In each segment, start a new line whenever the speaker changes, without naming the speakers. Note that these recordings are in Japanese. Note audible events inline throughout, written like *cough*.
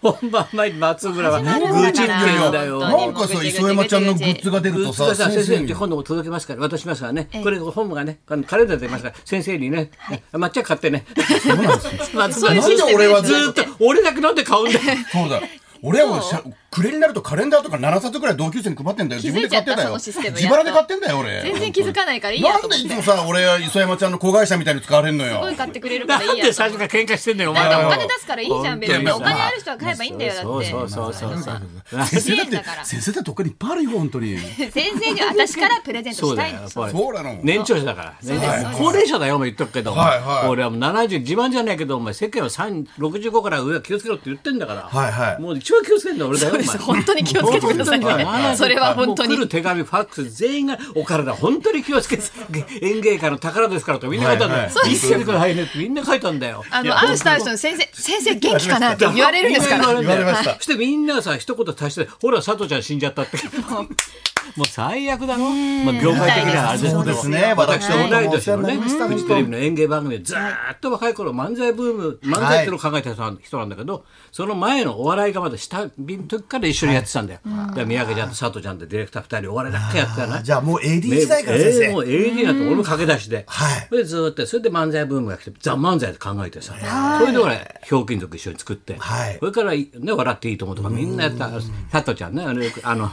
本番前に松村は愚
始まるんだな
痴ってんだよ。
は
ないんかさ、磯山ちゃんのグッズが出る
う
と
つが
さ、
さ先生に
に
今度も届けますから渡しますからね
ええ
これ本がねあのカレンダーで出ますから先生にね抹茶買ってね
そうなんです
松
よ。
村
なんで俺は
ずーっと俺だけなんで買
*laughs*
うんだよ
そうだ。俺はもうしゃ暮れになるとカレンダーとか7冊ぐらい同級生に配ってんだよ。
気
自
づ
分
い
で
ちゃ
買
っ
ったてんだよ。
そのシステムやっと
自腹で買ってんだよ、俺。
全然気づかないからいいや
な
と
ん
思
で
っ
い
て
つもさ、俺は磯山ちゃんの子会社みたいに使われんの
すごい
よ。
買ってくれるからいい
なん
や
で
と思
最
って
初から喧嘩してんだよお前
だってお
ら
金出すからいいじゃん別にお
本当に
金ある人は買えばいいんだよだ
そ
っ
う
て
そうそうそうそう
先生だ
だから
って、先生だって他にいっぱいあるよ、本当に。
先生に私からプレゼント
そう
し
だ
たい
よ
の
やっぱり
そうなの。
年長者だから、ね
そうです
高齢者だよお前言っとくけど、
はいはい
俺はもう70自慢じゃないけどお前世間は3 65から上は気をつけろって言ってんだから、
はいはい
もう一番気をつけるんだよ俺だよお前
そうです本当に気をつけてくださいね
もう本当に
それは本当
も
に
う来る手紙ファックス全員がお体本当に気をつけて園芸家の宝ですからとみんな書いたんだよ、
はいはい
見つけてくださいねってみんな書いたんだよ
あの会う人会う人に先生先生元気かなって言われるんですから
みな言われんだよ
言われました
そしてみんなさ一言足してほら佐藤ちゃん死んじゃったってもう最悪だろ、まあ、業界的にはあれです
そう
け
で
ど
すね、私
私と
と
同い
同い
年
年
の
の
ね
ね、
フジテレビの演芸番組でずーっと若い頃漫才ブーム漫才っていうのを考えてた人なんだけど、その前のお笑いがまだ下火の時から一緒にやってたんだよ、だから三宅ちゃんと佐藤ちゃんってディレクター2人お笑いだけやってたな
じゃあもう AD 時代から先
ええもう
生。
AD だと俺も駆け出しで、
はい
でずーっとそれで漫才ブームが来てザ・漫才って考えてさ、それで俺ひょうきん族一緒に作って、
はい
それから、ね「笑っていいと思う」とかみんなやった佐藤ちゃんねあのよくあの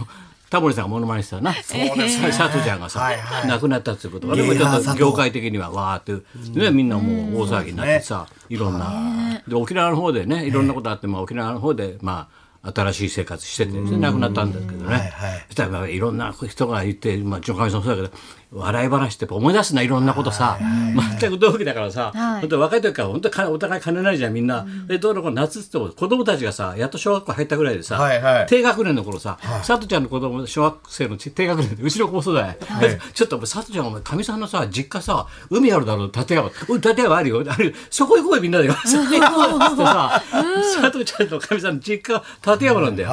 タモリさんがモノマネしてたなそうです、ね、佐藤ちゃんがさ、
はいはい
亡くなったっていうことがね
い
ち
やいや
ょっ
佐
と
藤
業界的にはわーって、ね、みんなもう大騒ぎになってさ、いろんな、で沖縄の方でねいろんなことあって、まあ、沖縄の方でまあ新しい生活してて、ね、亡くなったんですけどね、
いはい
そしたらまあいろんな人がいて、まあ、女将さんもそうだけど笑い話ってやっぱ思い出すないろんなことさ、全く同期だからさ、
はい
本当若い時から本当にお互い金ないじゃんみんな、でどうのこうの夏っつっても子供たちがさやっと小学校入ったぐらいでさ、
はいはい
低学年の頃さ、佐藤ちゃんの子供小学生のち低学年でうちの子もそうだね、ちょっとお前佐藤ちゃんお前かみさんのさ実家さ海あるだろ立山うん立山あるよあるよそこ行こうよみんなで *laughs* そこ行こうよっつってさ、佐藤ちゃんとかみさんの実家立山なんだよ、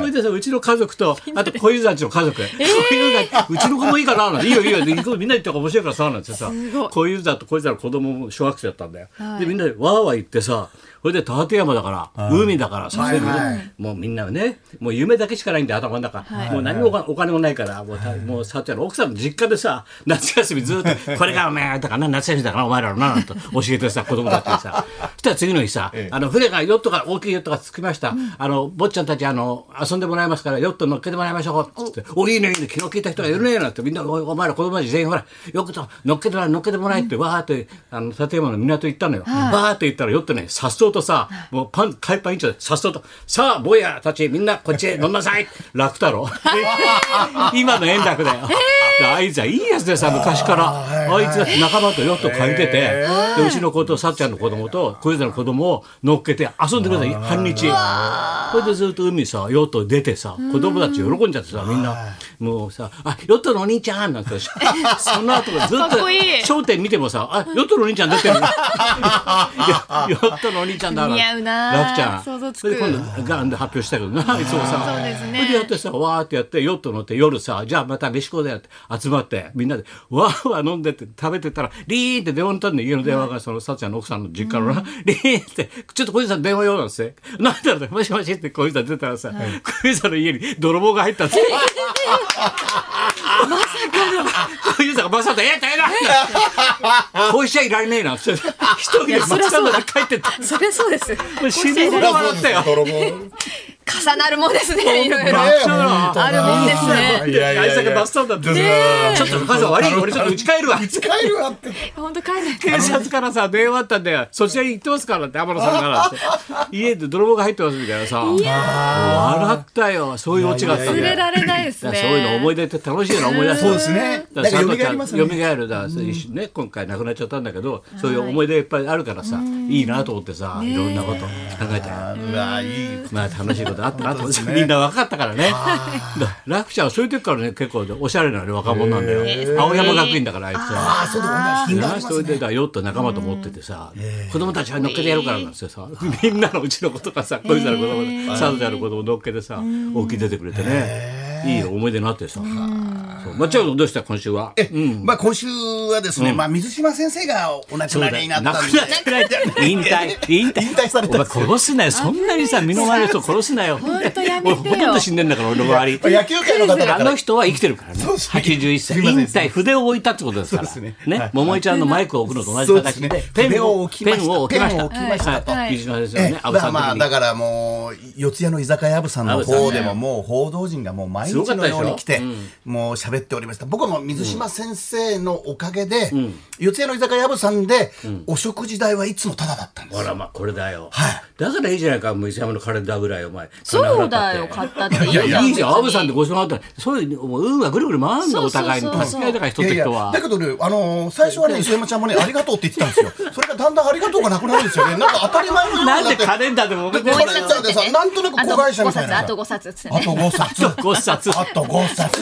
それでさうちの家族 *laughs* とあと小遊三ちの家族、小遊三うちの子もいいかななんていいよいいよ行こうみんな行った方が面白いからさなんてさ小遊三と小遊三の子供も小学生だったんだよ、でみんなでわーわー言ってさそれで立山だから、海だからさ、そういうのね
はいは
もうみんなねもう夢だけしかないんで頭の中、もう何もお金お金もないからもう,、たもうさっちゃんの奥さんの実家でさ夏休みず *laughs* っと「これがお前だからな夏休みだからお前らのな」なんて教えてさ子供だって *laughs* さそしたら次の日さ、あの船がヨットが大きいヨットが着きました、あの坊ちゃんたちあの遊んでもらいますからヨット乗っけてもらいましょうっつって「おいいねいいね昨日聞いた人がいるね」なんてみんな「おいお前ら子供たち全員ほらよくと乗っけてもらえ乗っけてもらえ」ってわーってあの立山の港行ったのよ、わーって行ったらヨットねさっそうとさもうパン海パン一丁でさっそうと「さあ坊やたちみんなこっちへ飲んなさい」楽太郎今の円楽だよ、であいつはいいやつでさ昔からあ,、いつだって仲間とヨット借りてて、でうちの子とさっちゃんの子供と小遊三の子供を乗っけて遊んでください半日それでずっと海さヨット出てさ子供たち喜んじゃってさみんなもうさ「あヨットのお兄ちゃん」なんてその後ずっと
かっこいい
『笑点』見てもさ「あヨットのお兄ちゃん出てる」いや「ヨットのお兄ちゃんだな」
似合うな
楽ちゃん
想像つく
それで今度ガンで発表したけどなあいつもさ
そうですね
それでやってさわーってやってヨット乗って夜さじゃあまた飯食おうだよって集まってみんなでわーわー飲んでって食べてたらリーンって電話にたんで家の電話がそのさっちゃんの奥さんの実家のなリーンって「ちょっと小泉さん電話用なんですね」なんだろうねもしもしって小泉さん出たらさ小泉さんの家に泥棒が入ったんですよ。小遊三がまさと「え大変だ!」こうしちゃいられねえな」って一人で松川から帰ってって
そりゃそうです
もう死ぬほど笑ったよ。
泥棒。ね
重なるもんですねいろいろ
ね
本当だ
あるもんですね
いやいやいや
あいつだけバスタオルだった
ねえ
ちょっとお母さん悪い俺ちょっと家帰るわ
使えるわって。
本当帰んない
警察からさ電話あったんだよそちらに行ってますからって天野さんからって家で泥棒が入ってますみたいなさ笑ったよそういうオチがあったん
忘
だ
れ
よ
られないです
だ
ね
からそういうの思い出って楽しいの思い出す
そうですね。
だ
な
か
んから蘇
佐藤ちゃ
り
ん
ます
蘇
ね。
るだ、ね、今回亡くなっちゃったんだけど、そういう思い出いっぱいあるからさ、いいなと思ってさ、いろんなこと考えたよ。
うわいい。
まあ楽しいことあったなと思って、
本当ですね
みんな若かったからね。だラクちゃんはそういう時からね、結構おしゃれな、ね、若者なんだよ。青山学院だからあいつは。
あ、そうだ、こんな品があ
な
りま
それ
す
で
ね。
だよっと仲間と思っててさ、子供たちは乗っけてやるからなんですよさ、みんなのうちの子とかさ小泉さんの子供で佐藤ちゃんの子供乗っけてさ、沖出てくれてね、いい思い出になってさ。そうまっちゃんどうした今週は。
えまあ今週はですね、まあ水島先生がお亡くなりになっ
な
たん
く
で
なって
*laughs*
ない引退。引退。
引退された
お
んで
前
すよ
殺すなよ。そんなにさ、身の回りの人殺すなよ。
本当や
俺
めてよ
ほとんど死んでんだから、俺の周り。
野球界の方だか
あ
ら
の人は生きてるからね。
そうですね
81歳。
すいま
引
せん
退、筆を置いたってことですから。
そうで
ね
すねはい。
桃井ちゃんのマイクを置くのと同じ
そうで
形
すね
で、ペンを、ペ
筆
ンを
を
置
置
き
き
まし。
ペン
ましたた
を置きました
はい
と
藤島先生は
え
ね、安
え
倍
ま
さん
あ
の
まあ
時
だ
に。
からもう四谷の居酒屋部さんの方でももう報道陣がもう毎日のように来てもう喋っておりました僕はもう水島先生のおかげで、四谷の居酒屋部さんで、お食事代はいつもタダだったんです
ほ
よ
ら、まあ、これだよ。
はい
だからいいじゃないか、もう石山のカレンダーぐらい、お前。
そうだ
金
よ、
払
買
っ
ったって。
たっていやいや、いいじゃん、アブさんで
で。
ごちそうになったらそういう、もう運はぐるぐる回るんだ、
そう
お
そうそう
互いに。助け合いだから、人っ
いや
て
いや
人は
だ。けどね、あのー最初はね、磯山ちゃんもね、ありがとうって言ってたんです
*laughs*
よ。それがだんだんありがとうがなくなるんですよね。なんか当たり前のように
なん
な
で *laughs*
って。
カレンダーでも揉めて
ご
ん
め
だ
んなさいってねなんとなく子会社みたいな
あと5冊、あと5冊っつって
あ
ね。
と5冊。あ
5冊。
と5冊。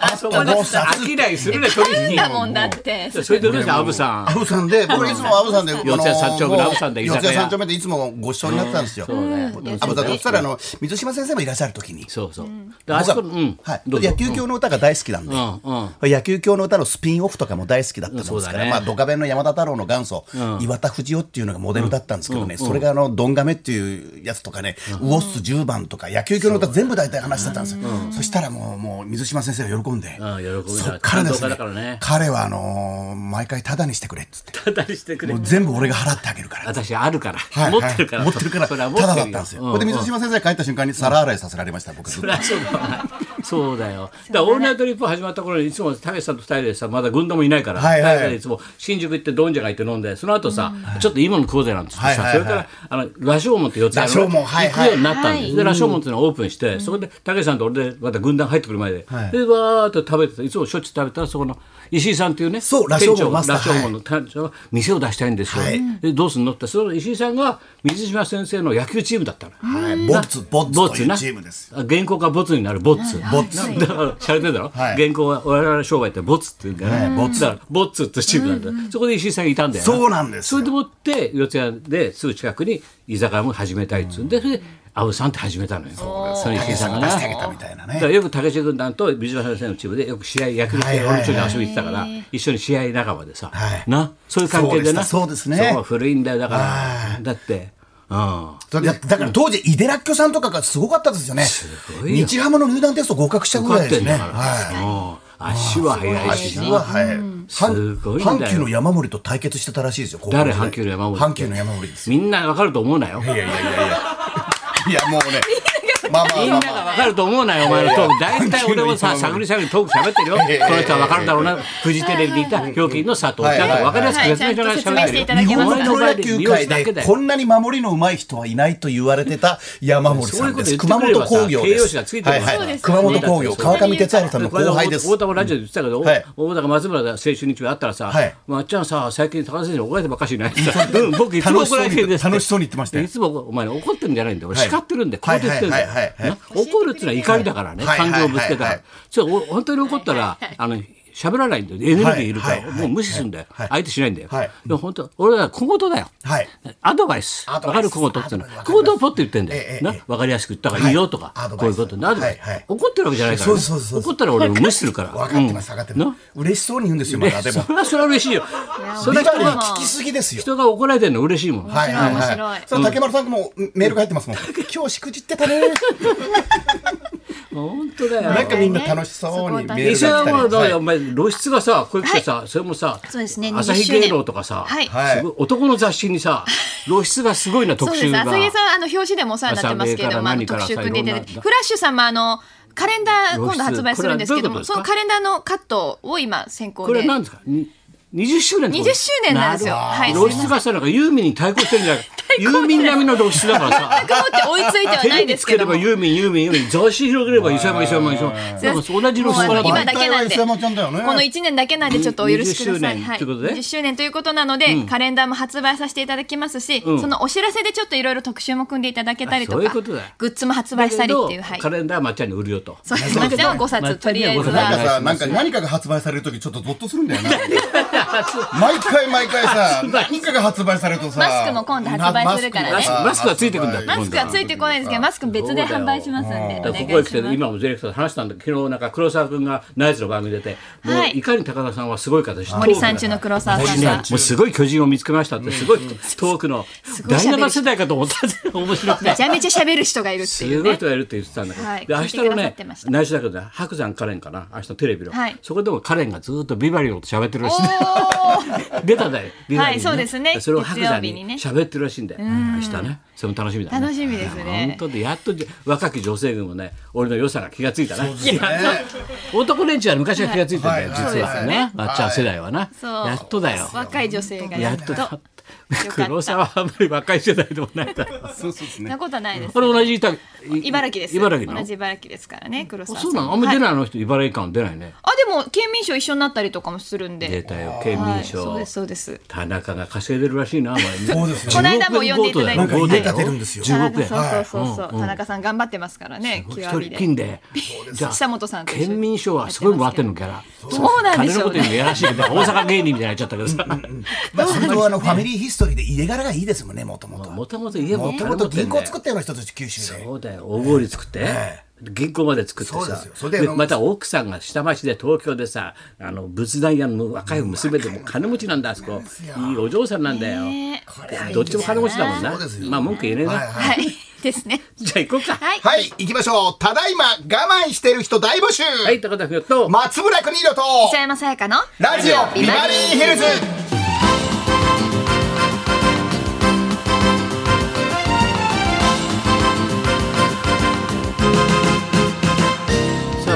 あそこで飽きないするね、取
買うん
引。
だもんだって。
それでどうした、アブさん
ア。ブさんで、僕いつもアブさんで、あの
四谷三丁目のアブさんで居
四
酒屋
谷三丁目でいつもご一緒になってたんですよ。
そうね
アブさんとそしたら、あの、水島先生もいらっしゃるときに。
そうそう。であそこ、うん。
はい、
どうぞ
野球教の歌が大好きなんで、
ん
野球教の歌のスピンオフとかも大好きだったもんです
そう
か
だ
ら、
ね
まあ、ドカベンの山田太郎の元祖、岩田藤夫っていうのがモデルだったんですけどね、それがあのドンガメっていうやつとかね、ウォッス10番とか、野球教の歌全部大体話してたんですよ、そしたらもうもう水島先生が喜んで、
うん喜ぶな
そっからです
感動家だ
ね
からね
彼はあのー毎回タダにしてくれっつって、
ただにしてくれ
*laughs* もう。全部俺が払ってあげるから。
私あるから、
はい
持
はい
ってるから、
持ってるから
そ
た
れは
だ
持ってるよ
だったんですよ、
う
これで水島先生が帰った瞬間に皿洗いさせられました、 *laughs* 僕
そりゃそうだわ *laughs* そうだ
*laughs*
よ。だから、オールナイトリップ始まった頃に、いつもたけしさんと二人でさ、まだ軍団もいないから、
はいはい
二人でいつも新宿行ってドンジャが行って飲んで、その後さ、ちょっといいもの食おうぜなんて言ってさ、
はい
そ
はい
れ
は
か
い
ら、あの、羅生門って四つ
羅生門はい
行く
はい
ようになったんで
はい
す。で、羅生門っていうのをオープンして、そこで、たけしさんと俺で、また軍団入ってくる前で
は、い
で、わーっと食べてた、いつもしょっちゅう食べたら、そこの、石井さんっていうね、
そう羅生
店
門
長
マスター
羅生門の店長が店を出したいんですよ
はい。
で、どうすんのって、その石井さんが、水島先生の野球チームだったの。
はいボッツボッツとい
な
うチームです。
あ原稿がボツになるボツ。ボツ。 *laughs* だから、しゃれてるだろ
はい
原稿は我々の商売ってボツって言うんだよね。ボツ。だから、ボツってチームなんだよそこで石井さんがいたんだよ。
そうなんです
そ
よ
れでもって、四谷ですぐ近くに居酒屋も始めたいっつうんで、それで、阿部さんって始めたのよ。その石井さんが
出
な
してあげたみたいな
だから
ね。
よく竹内軍団と水島先生のチームでよく試合野球の試合
はい
俺
はいはい
ちょに遊びに行ってたから一緒に試合仲間でさ、
はい
なそういう関係でな
そうでしたそうですね
そう古いんだよだか
は
らだってうん
だだから当時、井手らっきょさんとかがすごかったですよね。
ごいよ
日ハムの入団テスト合格したぐらいですね。
受かってんだから
は
うん足は
い。
速いし
足
な
は、はい。
すごいんだよ
阪急の山森と対決してたらしいですよ。高校
誰
時代
阪急の山森
阪急の山森です。
みんなわかると思うなよ
いやいやいやいや。いや、もうね。まあまあまあまあ。
わかると思うなよお前のトーク大体俺もさ
阪急の山
探り探りトーク喋ってるよこ
いやいや
の人はわかるだろうなフジテレビにいた表記の佐藤ち
はい
ゃんとわかりやすく説明しながら喋ってるよ
はいはい
日
ちゃん
本
と
の
説明していただけますか
プロ野球界でこんなに守りの上手い人はいないと言われてた山森さんです。
そういう
熊
こと言ってくれれば
本工業
形容詞が
で
つい
す。
てるから
そうですよね
熊本工業、川上哲治さんの後輩です。
太田もラジオで言ってたけど、
はい
大田が松村が青春日曜あったらさ、
はい
まっちゃんさ、最近高橋先生に怒られてばっかしいないってさ、うん僕いつも
楽し
怒
そう
られ
に
てるんですって
楽しそうに言ってましたよ
いつもお前怒ってるんじゃないんだよ。俺
はい
叱ってるんで、こうやって言ってるんだよ
はいはいはいはい
な怒るってのは怒りだからね、
はい
感情をぶつけた
はい
ら
はいはい。
それお本当に怒ったら、あの、喋らないんだよ。エネルギーいるか
はい
ら、
はい
もう無視するんだよ。
はい
相手しないんだよ。
はい
でも本当、俺ら小言だよ。
はい
アドバイス。わ
アドバイス
かる小言っての
アド
は。
バイス
小言をポッて言ってんだよ
えええ。え
な、わかりやすく言ったからいいよとか
はいア、
こ
ド
う
バ
い
イ
う
ス
ことになる
はいはい
怒ってるわけじゃないから
そ
ね
うそうそう
怒ったら俺も無視するから。
分かってます、分かってます。嬉しそうに言うんですよ、まだでも。
それはそれは嬉しいよ。そ
ビ
れ
バ
人
リー
が
聞きすぎですよ。
人が怒られてるの嬉しいもん。
はいはい
面白い面白
は
い
い。その竹丸さんもメールが入ってますもん。今日しくじってたね。
もう本当だよ。
なんかみんな楽しそうにメールが
医
来た
者はもう
り。
だ
はい
よ、お前露出がさこれ来てさ、それもさ
そうですね
朝日
20周
芸
年
能とかさ、
はい
はい
すごい男の雑誌にさ露出がすごいな
そ
特
うで
集
す。
が
浅毛さん、あの表紙でもお世話になってますけれども、あ
朝
の
毛から何
特集
から
組んでいただいて、
いろんな
フラッシュさんもあの。カレンダー今度発売するんですけど
これはどういうことで
も、
す
そ
か
のカレンダーのカットを今先行
これ
で。
なんですかに20周年ってこと
20周年なんですよ
るほど
はい
露出がさなんかユーミンに対抗してるんじゃないユーミン並みの露出だからさ
頑張って追いついてはないですけども。
テレビつければユーミンユーミンユーミン雑誌広げれば磯山磯山磯山なんか同じ露出
もう
が
あの今
な
だけなんで、
大体は磯山ちゃんだよね
この1年だけなんで、ちょっとお許しくださ
20周
い。
年
はい
ということで
20周年ということなので、カレンダーも発売させていただきますし、
ん
そのお知らせでちょっといろいろ特集も組んでいただけたりと
あそういう
か、
ことだ
グッズも発売したりっていう、はい。
カレンダーはまっちゃんに売るよと
そうですね。じゃあ5冊、とりあえず
まあ
なん
は。 *laughs*
かさ、なんか何かが発売されるときちょっとゾッとするんだよな。毎回毎回さ、何かが発売されるとさ、
マスクも今度発売するからね
マスクマスクはついてくんだって
マスクはついてこないんですけど、マスク別で販売しますんで。
ここへ来て、今もディレクターと話したんだけど、昨日なんか黒沢君がナイツの番組出て、もういかに高田さんはすごい方知って
森三中の黒沢さんが。
もうすごい巨人を見つけましたって、すごい遠くの第7世代かと思ったんですよ。面白く
めちゃめちゃ喋る人がいるっていう。、
すごい人がいるって言ってたんだけど、明日のね、内緒だけど、白山カレンかな、明日テレビの。そこでもカレンがずっとビバリーのこと喋ってるらしい。出たんだよ、ビバリー。はい
そうですね。
それを白山に喋ってるらしいんだよ。明日ね。それも楽しみだね。
楽しみですね。
本当で、やっと若き女性軍もね、俺の良さが気がついたな。男連中は昔は気がついてんだよ、実はね。まっちゃん世代はな。やっとだよ。
若い女性が
やっと。黒沢はあんまり若い世代でもないだ
ろう。そうですね。なことないです。
これ同じ茨
*laughs* 城です。
茨城
同じ茨城ですからね、黒沢
そうなのあんまり出ないあの人、茨城感出ないね。
あ、でも県民賞一緒になったりとかもするんで。
出たよ、県民賞。
そうです、そうです。
田中が稼いでるらしいな、
そうです
この間も呼んでいただいて。
5で建てるんですよ。
そうそうそう。田中さん頑張ってますからね、
極みで。金で。
久本さん
県民賞はすごいもらってるのキャラ。
そうなんですよ。
やらしいけど、大阪芸人みたいになっちゃったけどさ。
まあ、本当はあの、ファミリーヒストリーで家柄がいいですもんね、もともと。
もともと家も。
もともと銀行作ったような人たち、九州
で。そうだよ、大氷作って。銀行まで作ってさでまた奥さんが下町で東京でさあの仏壇屋の若い娘でも金持ちなんだあそこいいお嬢さんなんだよ、どっちも金持ちだもんなまあ文句言えねえな
はい、ですね
じゃあ行こうか
はい、行きましょうただいま我慢してる人大募集
はい高田君と
松村邦洋と
磯山さやかの
ラジオビバリーヒルズ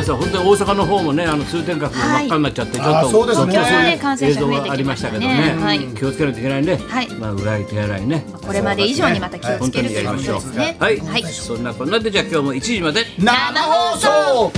本当に大阪の方もねあの通天閣が真っ赤になっちゃって、はい、ちょっと
東京はね
感染者増えてありましたけどね、気をつけないといけないね、まあうがい手洗いね
これまで以上にまた気をつけると
いう
ことですね
はい、はい、そんなこんなでじゃあ今日も1時まで
生放送